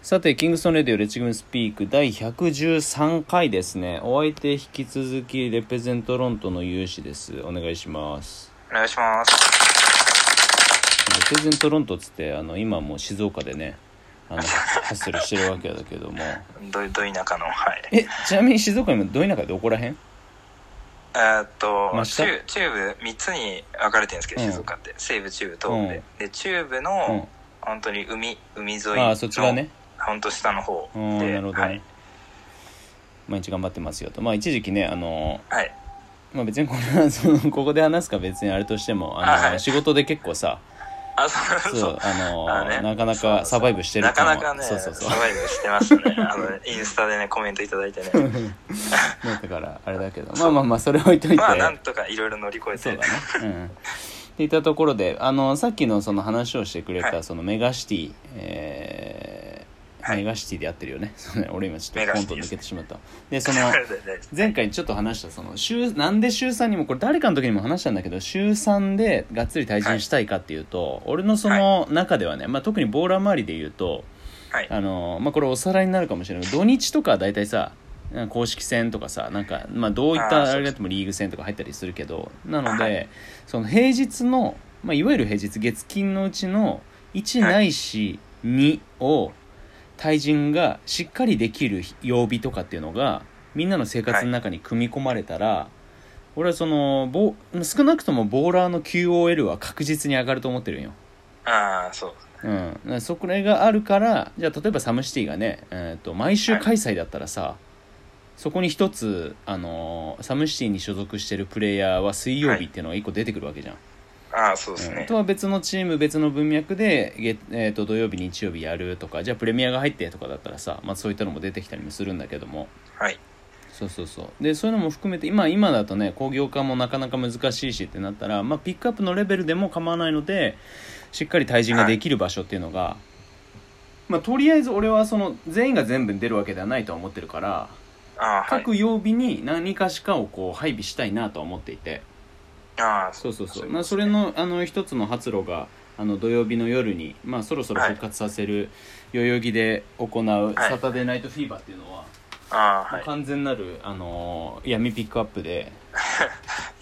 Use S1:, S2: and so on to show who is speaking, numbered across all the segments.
S1: さて、キングストンレディオレッチグムスピーク第113回ですね。お相手引き続きレペゼントロントの有志です。お願いします。
S2: お願いします。
S1: レペゼントロントっつって、あの、今もう静岡でね、あの、ハッスルしてるわけだけども。
S2: ど、ど田舎の、はい。
S1: え、ちなみに静岡今どいなかどこらへん
S2: えーっと、
S1: 真下
S2: 中、中部3つに分かれてるんですけど、
S1: うん
S2: 静岡って。西部、中部、東部で。で、中部
S1: う
S2: の
S1: ん、。
S2: 本当に海、海沿い
S1: あ
S2: の、
S1: あ、そっちがね。
S2: 本当下の方
S1: う
S2: で、
S1: ん、なるほどね。
S2: はい。
S1: 毎日頑張ってますよと。まあ、一時期ね、あの、
S2: はい。
S1: まあ別にこれはそのここで話すか別にあれとしてもあの、
S2: あはい
S1: 仕事で結構さ
S2: あ、そう
S1: そ
S2: そうう。
S1: あの
S2: あね
S1: なかな
S2: そうそ
S1: か
S2: う
S1: サバイブしてる
S2: なか
S1: 感は
S2: なかね、
S1: そうそうそう
S2: サバイブしてましたね。あ の、インスタでね、コメントいただいてね。
S1: ね だからあれだけどまあまあまあそれ置いといて、
S2: まあ、なんとかいろいろ乗り越え
S1: そう
S2: て
S1: だ。ねうんっていったところであのさっきのその話をしてくれた、
S2: はい
S1: そのメガシティ、えー
S2: はい
S1: メガシティでやってるよねそうね俺今ちょっ
S2: メ
S1: と
S2: ガ
S1: コ
S2: シ
S1: ン
S2: テ
S1: ト
S2: ィで
S1: 抜
S2: す
S1: けてしまったでその
S2: 大丈夫です
S1: 前回ちょっと話したその週なんで週3にもこれ誰かの時にも話したんだけど週3でがっつり対人したいかっていうと、俺のその中ではね、まあ、特にボーラー周りで言うと
S2: はい。
S1: あの、まあ、これおさらいになるかもしれないけど土日とかは大体さなんか公式戦とかさなんか、まあ、どういっ
S2: あー
S1: た
S2: そう
S1: あれがあってもリーグ戦とか入ったりするけどなので、
S2: はい
S1: その平日の、まあ、いわゆる平日月金のうちの1
S2: はい
S1: ないし2を対人がしっかりできる曜日とかっていうのがみんなの生活の中に組み込まれたら、俺はそのボ少なくともボーラーの QOL は確実に上がると思ってるんよ。
S2: ああ、そう。
S1: うん、そこら辺があるからじゃあ例えばサムシティがね、えー、と毎週開催だったらさ、そこに一つ、あのーサムシティに所属してるプレイヤーは水曜日っていうのが一個出てくるわけじゃん、
S2: ああ、そうです
S1: うん、
S2: ね
S1: と。は別のチーム別の文脈で、げえー、と土曜日日曜日やるとかじゃあプレミアが入ってとかだったらさ、まあ、そういったのも出てきたりもするんだけども
S2: はい。
S1: そうそうそうでそういうのも含めて今今だとね工業化もなかなか難しいしってなったら、まあ、ピックアップのレベルでも構わないのでしっかり対人ができる場所っていうのが、まあ、とりあえず俺はその全員が全部出るわけではないとは思ってるから
S2: ああ、はい。
S1: 各曜日に何かしかをこう配備したいなとは思っていて
S2: ああ、
S1: そうそうそう、
S2: い
S1: まあ、それのあの一つの発露があの土曜日の夜に、まあ、そろそろ復活させる代々木で行う「
S2: はい
S1: サタデーナイトフィーバー」っていうのは、
S2: ああ、はい。
S1: 完全なる、あのー闇ピックアップで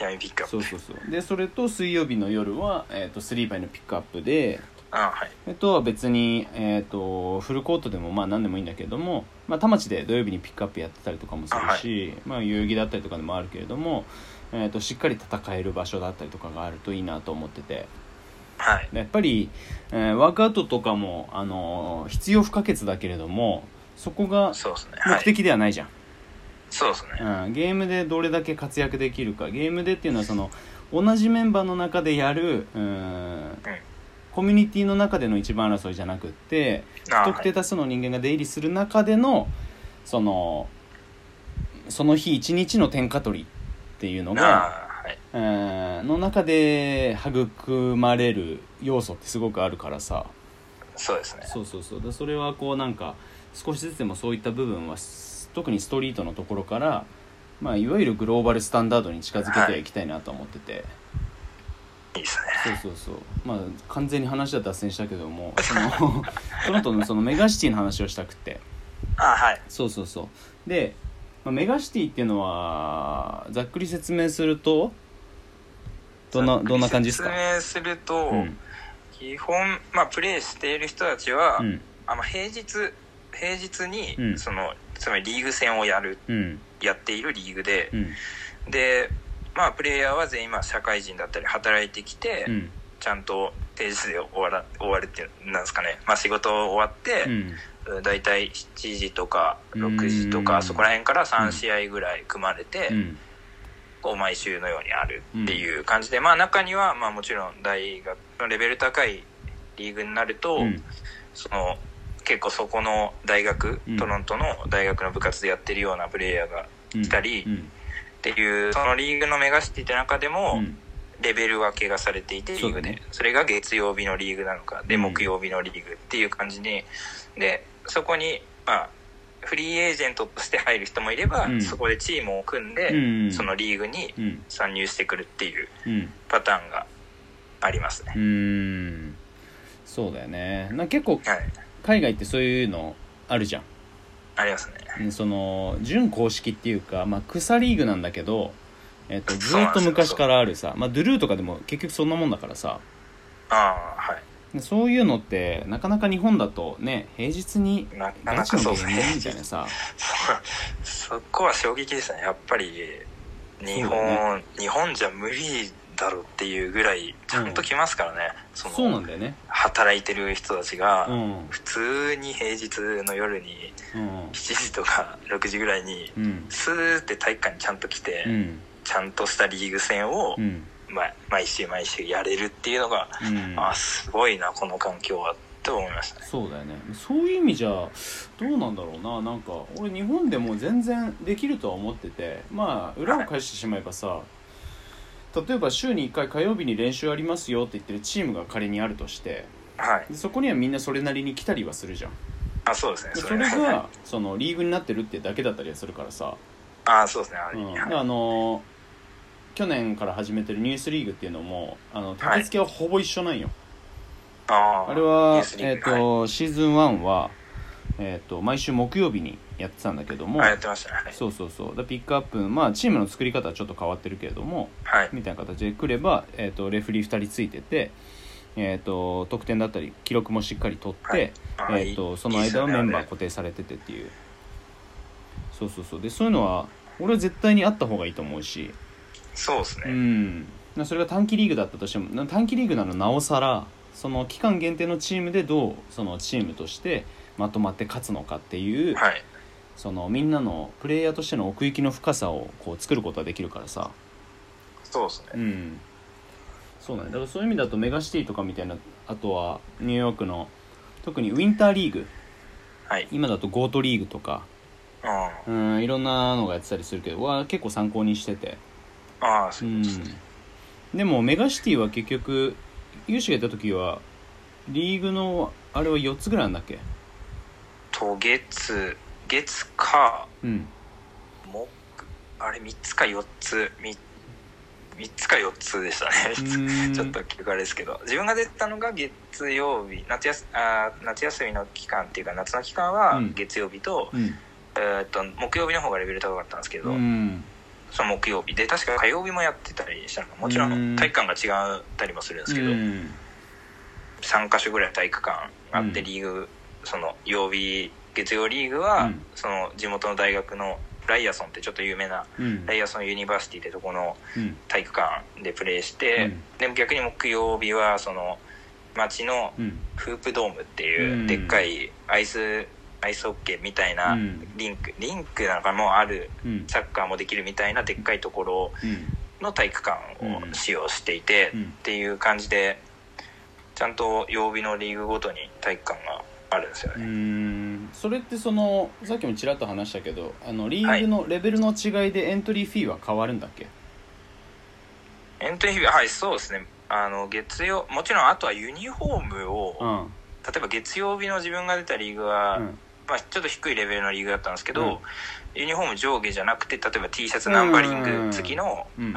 S2: 闇ピックアップ。
S1: そうそうそうでそれと水曜日の夜は、えー、とスリーバイのピックアップで
S2: ああ、はい。
S1: あとは別に、えー、とフルコートでもまあ何でもいいんだけども、まあ、田町で土曜日にピックアップやってたりとかもするしまあ、代々木だったりとかでもあるけれども、えー、としっかり戦える場所だったりとかがあるといいなと思ってて
S2: はい。
S1: やっぱり、えーワークアウトとかも、あのー必要不可欠だけれどもそこが
S2: そうですね。は
S1: 目
S2: い。
S1: 的ではないじゃん。
S2: そうですね。
S1: うん、ゲームでどれだけ活躍できるかゲームでっていうのはその同じメンバーの中でやるうん、コミュニティの中での一番争いじゃなくって
S2: あ
S1: 不特定多数の人間が出入りする中でのそのその日一日の点火取りっていうの
S2: はい、
S1: が
S2: ああはい
S1: うんの中で育まれる要素ってすごくあるからさ
S2: そうですね
S1: そうそうそうでそれはこうなんか少しずつでもそういった部分はす特にストリートのところから、まあ、いわゆるグローバルスタンダードに近づけてはいきたいなと思ってて、
S2: いいですね
S1: そうそうそうまあ完全に話は脱線したけどもその トロントのそのメガシティの話をしたくて
S2: あはい
S1: そうそうそうで、まあ、メガシティっていうのはざっくり説明するとどんなどんな感じですか
S2: 説明すると、
S1: うん
S2: 基本まあプレイしている人たちは、
S1: うん
S2: あの平日平日に、
S1: うん
S2: そのつまりリーグ戦をやる
S1: うん
S2: やっているリーグで
S1: う、ん
S2: でまあプレイヤーは全員まあ社会人だったり働いてきて、
S1: うん
S2: ちゃんと定時で終わら終わるっていうなんですかね、まあ、仕事終わって、
S1: うん
S2: 大体7時とか
S1: うん
S2: 6時とかそこら辺から
S1: うん
S2: 3試合ぐらい組まれて、
S1: うん
S2: こう毎週のようにあるっていう感じで、まあ中にはまあもちろん大学のレベル高いリーグになると、
S1: うん
S2: その結構そこの大学、
S1: うん
S2: トロントの大学の部活でやってるようなプレイヤーが
S1: うん
S2: 来たり
S1: うん
S2: っていうそのリーグのメガシティの中で
S1: う
S2: も
S1: ん
S2: レベル分けがされていてリ
S1: そう
S2: ー
S1: だ
S2: グで、
S1: ね
S2: それが月曜日のリーグなのかで
S1: うん
S2: 木曜日のリーグっていう感じにでそこにまあフリーエージェントとして入る人もいれば、
S1: うん
S2: そこでチームを組んで、
S1: うん
S2: そのリーグに
S1: うん
S2: 参入してくるっていう
S1: うん
S2: パターンがあります
S1: う
S2: ね。
S1: ーんそうだよねな結構
S2: はい、
S1: 海外ってそういうのあるじゃん
S2: ありますね。
S1: うんその準公式っていうか、まあ、草リーグなんだけど、えっとず
S2: そうなん
S1: っ
S2: で
S1: と
S2: すよ
S1: 昔からあるさ、まあ、ドゥルーとかでも結局そんなもんだからさ
S2: ああ、はい。
S1: そういうのってなかなか日本だとね平日に
S2: なな
S1: ガ
S2: ん
S1: チ
S2: か
S1: の
S2: そう
S1: ゲー
S2: です
S1: ムねみたい
S2: ね。
S1: なさ
S2: そそこは衝撃でしたね。やっぱり、日
S1: そうだ
S2: 本、日本じゃ無理だろうっていうぐらい、ちゃんと来ますからね。その
S1: そうなんだよね
S2: 働いてる人たち
S1: う
S2: が、
S1: んうん
S2: 普通に平日の夜に、7時とか6時ぐ らいに、
S1: うん
S2: スーって体育館にちゃんと来て、
S1: うん
S2: ちゃんとしたリーグ戦を、
S1: うん
S2: ま毎週毎週やれるっていうのが、
S1: うん
S2: あ、すごいな、この環境は、と思いましたね。
S1: そうだよねそういう意味じゃどうなんだろうななんか俺日本でも全然できるとは思っててまあ裏を返してしまえばさ例えば週に1回火曜日に練習ありますよって言ってるチームが仮にあるとして
S2: はい。
S1: でそこにはみんなそれなりに来たりはするじゃん
S2: あ、そうですね。
S1: でそれ
S2: はい
S1: がそのリーグになってるってだけだったりはするからさ、
S2: あ、そうですね。あ
S1: う
S2: れ
S1: ん、
S2: はい
S1: であのー去年から始めてるニュースリーグっていうのもあの竹付けはほぼ一緒なんよ、
S2: あー
S1: あれは
S2: ニュース、リ
S1: え
S2: ー
S1: っ
S2: グはい
S1: とシーズン1は、えっと毎週木曜日にやってたんだけども、
S2: あやってましたね。はい
S1: そうそうそうでピックアップ、まあ、チームの作り方はちょっと変わってるけれども
S2: はい。
S1: みたいな形で来れば、えっとレフェリー2人ついてて、えっと得点だったり記録もしっかり取って、
S2: あー
S1: えっとその間はメンバー。固定されててっていうそうそうそうでそういうのは俺は絶対にあった方がいいと思うし、
S2: そうです
S1: う
S2: ね。
S1: ん、なそれが短期リーグだったとしてもな短期リーグならなおさらその期間限定のチームでどうそのチームとしてまとまって勝つのかっていう、
S2: はい。
S1: そのみんなのプレイヤーとしての奥行きの深さをこう作ることができるからさ、
S2: そうです
S1: う
S2: ね。
S1: ん、そうなんだだからそういう意味だとメガシティとかみたいなあとはニューヨークの特にウィンターリーグ
S2: はい。
S1: 今だとゴートリーグとか
S2: うん。あ
S1: うんいろんなのがやってたりするけどは結構参考にしてて
S2: あー、そううんですね。
S1: でもメガシティは結局有志がいた時はリーグのあれは4つぐらいなんだっけ
S2: と、月、月か、
S1: うん
S2: 木、あれ3つか4つ、3, 3つか4つでしたね。
S1: う
S2: 三つ
S1: ん
S2: ちょっと記憶あれですけど、自分が出てたのが月曜日、夏休あー夏休みの期間っていうか、夏の期間は
S1: うん
S2: 月曜日と、
S1: うん
S2: えーっと、木曜日の方がレベル高かったんですけど、
S1: うん
S2: その木曜日で、確か火曜日もやってたりしたのかもちろ
S1: うん
S2: ん体育館が違ったりもするんですけど、
S1: うん
S2: 3か所ぐらい体育館あって、
S1: うん
S2: リーグ、その曜日、月曜リーグは、
S1: うん
S2: その地元の大学のライアソンってちょっと有名な、
S1: うん
S2: ライアソンユニバーシティってとこの
S1: うん
S2: 体育館でプレーして、
S1: うん
S2: でも逆に木曜日はその町の
S1: うん
S2: フープドームって
S1: う
S2: い
S1: ん
S2: うでっかいアイスアイスホッケーみたいな
S1: うん
S2: リンク、リンクなのかもある
S1: うん
S2: サッカーもできるみたいなでっかいところの体育館
S1: うん
S2: を使用していて、
S1: う
S2: っ
S1: ん
S2: ていう感じでちゃんと曜日のリーグごとに体育館があるんですよ
S1: う
S2: ね、
S1: んそれってそのさっきもちらっと話したけどあのリーグのレベルの違いでエントリーフィーは変わるんだっけ、
S2: エントリー日ははいそうですねあの月曜もちろんあとはユニフォームを、例えば月曜日の自分が出たリーグは、
S1: うんうん
S2: まあ、ちょっと低いレベルのリーグだったんですけど、
S1: うん
S2: ユニフォーム上下じゃなくて例えば T シャツナンバリング付きの、
S1: う
S2: うんん、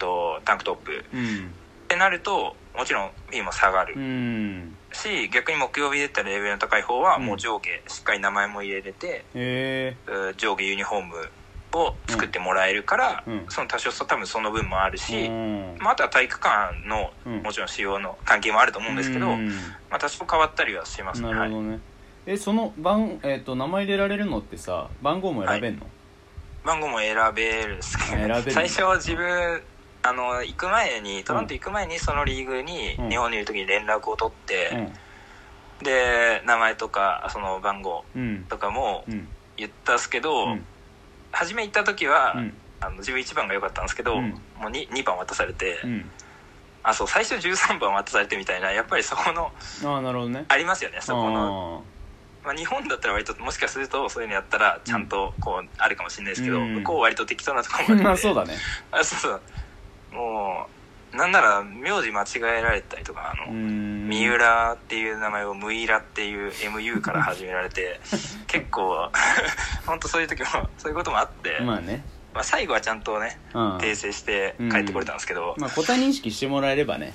S2: とタンクトップっ
S1: うん
S2: てなるともちろんフィーも下がる
S1: うん
S2: し逆に木曜日出たレベルの高い方は
S1: うん
S2: もう上下しっかり名前も入れれて、
S1: へえ
S2: うん上下ユニフォームを作ってもらえるから、
S1: うん
S2: その多少多分その分もあるし、
S1: うん
S2: まあ、あとは体育館の
S1: うん
S2: もちろん使用の関係もあると思うんですけど、
S1: うん
S2: まあ、多少変わったりはしますね。
S1: な
S2: は
S1: る
S2: い
S1: ほどね、えその番、えっと名前入れられるのってさ番号も選べんの、
S2: 番号も選べるんですけ
S1: 選べるんだ
S2: ど最初は自分あの行く前にトロント行く前にそのリーグに、
S1: うん
S2: 日本にいる時に連絡を取って、で名前とかその番号
S1: うんうん
S2: とかも
S1: うん
S2: 言ったんですけど、
S1: うん
S2: 初め行った時は、
S1: うん
S2: あの自分1番が良かったんですけど、
S1: うん
S2: もう 2, 2番渡されて、
S1: うん
S2: あそう最初13番渡されてみたいなやっぱりそこの
S1: ああなるほどね
S2: ありますよねそこの
S1: あ
S2: まあ、日本だったら割ともしかするとそういうのやったらちゃんとこうあるかもしれないですけ
S1: う
S2: ど、
S1: ん
S2: 向こう割と適当なところ
S1: ー ま
S2: も
S1: あ
S2: あるんで
S1: そうだね
S2: あそうそうもうなんなら名字間違えられたりとかあ
S1: う
S2: の、
S1: ん
S2: 三浦っていう名前をムイラっていう MU から始めら れて結構 本当そういう時もそういうこともあって、ま
S1: まあね
S2: あ、最後はちゃんとね
S1: うん
S2: 訂正して帰ってこれたんですけど、
S1: まあ答え認識してもらえればね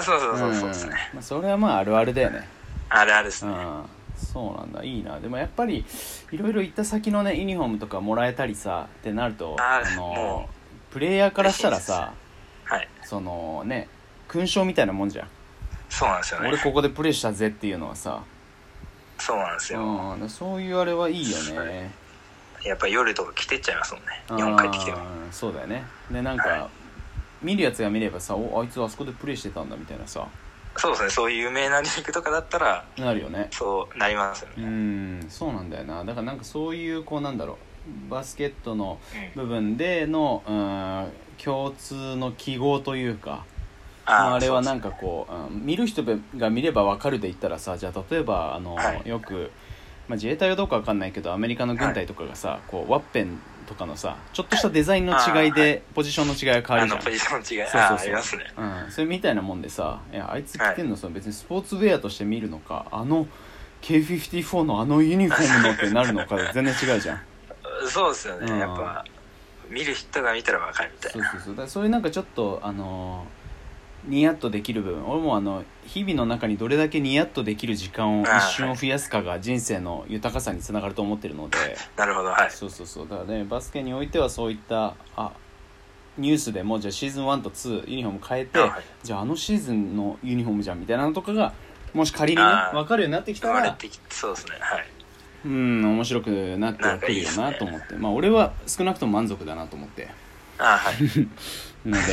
S2: そうそうそうそうですね、
S1: んまあ、それはまああるあるだよね
S2: あれあれです
S1: うん
S2: ね、
S1: まそうなんだいいなでもやっぱりいろいろ行った先のねユニフォームとかもらえたりさってなると
S2: あー
S1: の
S2: も
S1: プレイヤーからしたらさ
S2: はい
S1: そのね勲章みたいなもんじゃん
S2: そうなんですよね
S1: 俺ここでプレーしたぜっていうのはさ、
S2: そうなんです
S1: う
S2: よ、
S1: ん、だそういうあれはいいよね
S2: やっぱり夜とか着てっちゃいますもんね日本帰ってきても
S1: うんそうだよねでなんか見るやつが見ればさおあいつあそこでプレーしてたんだみたいなさ
S2: そうですねそういう有名なリーグとかだったら
S1: なるよね
S2: そうなりますよ
S1: う
S2: ね、
S1: んそうなんだよなだからなんかそういうこうなんだろうバスケットの
S2: うん
S1: 部分でのうん共通の記号というかまあ
S2: あ
S1: あれはなんんかこう、うん見る人が見ればわかるで言ったらさじゃあ例えばあの、
S2: はい
S1: よく、まあ、自衛隊はどうかわかんないけどアメリカの軍隊とかがさ、こうワッペンとかのさちょっとしたデザインの違い
S2: あーは
S1: でポジションの違いが変わ
S2: あ
S1: るじ
S2: の
S1: ゃん
S2: ポジションの違い
S1: そうそうそう
S2: あありますね
S1: うん、それみたいなもんでさいやあいつ着てんのさ、別にスポーツウェアとして見るのかあの K54 のあのユニフォームのってなるのか全然違うじゃん
S2: そうですよね、
S1: うん
S2: やっぱ見る人が見たらわかるみたい
S1: そう
S2: な
S1: そうそうだからそういうなんかちょっとあのーニヤッとできる部分俺もあの日々の中にどれだけニヤッとできる時間を
S2: あー
S1: 一瞬を増やすかが人生の豊かさにつながると思ってるので
S2: なるほどはい
S1: そうそうそうだからねバスケにおいてはそういったあニュースでもじゃあシーズン1と2ユニフォーム変えて、
S2: はい
S1: じゃああのシーズンのユニフォームじゃんみたいなのとかがもし仮にね
S2: あー
S1: 分かるようになってきた
S2: 生まれ
S1: ら
S2: てきてそうですねはい
S1: うん面白くなってはくるよ
S2: なんかいい
S1: な
S2: ですね
S1: と思ってまあ俺は少なくとも満足だなと思って
S2: あはい
S1: なので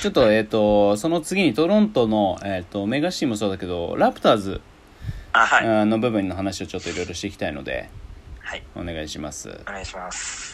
S1: ちょっとえっ、とその次にトロントの、えー、とメガシティもそうだけどラプターズ
S2: あは い
S1: あの部分の話をちょっといろいろしていきたいので
S2: はい
S1: お願いします
S2: お願いします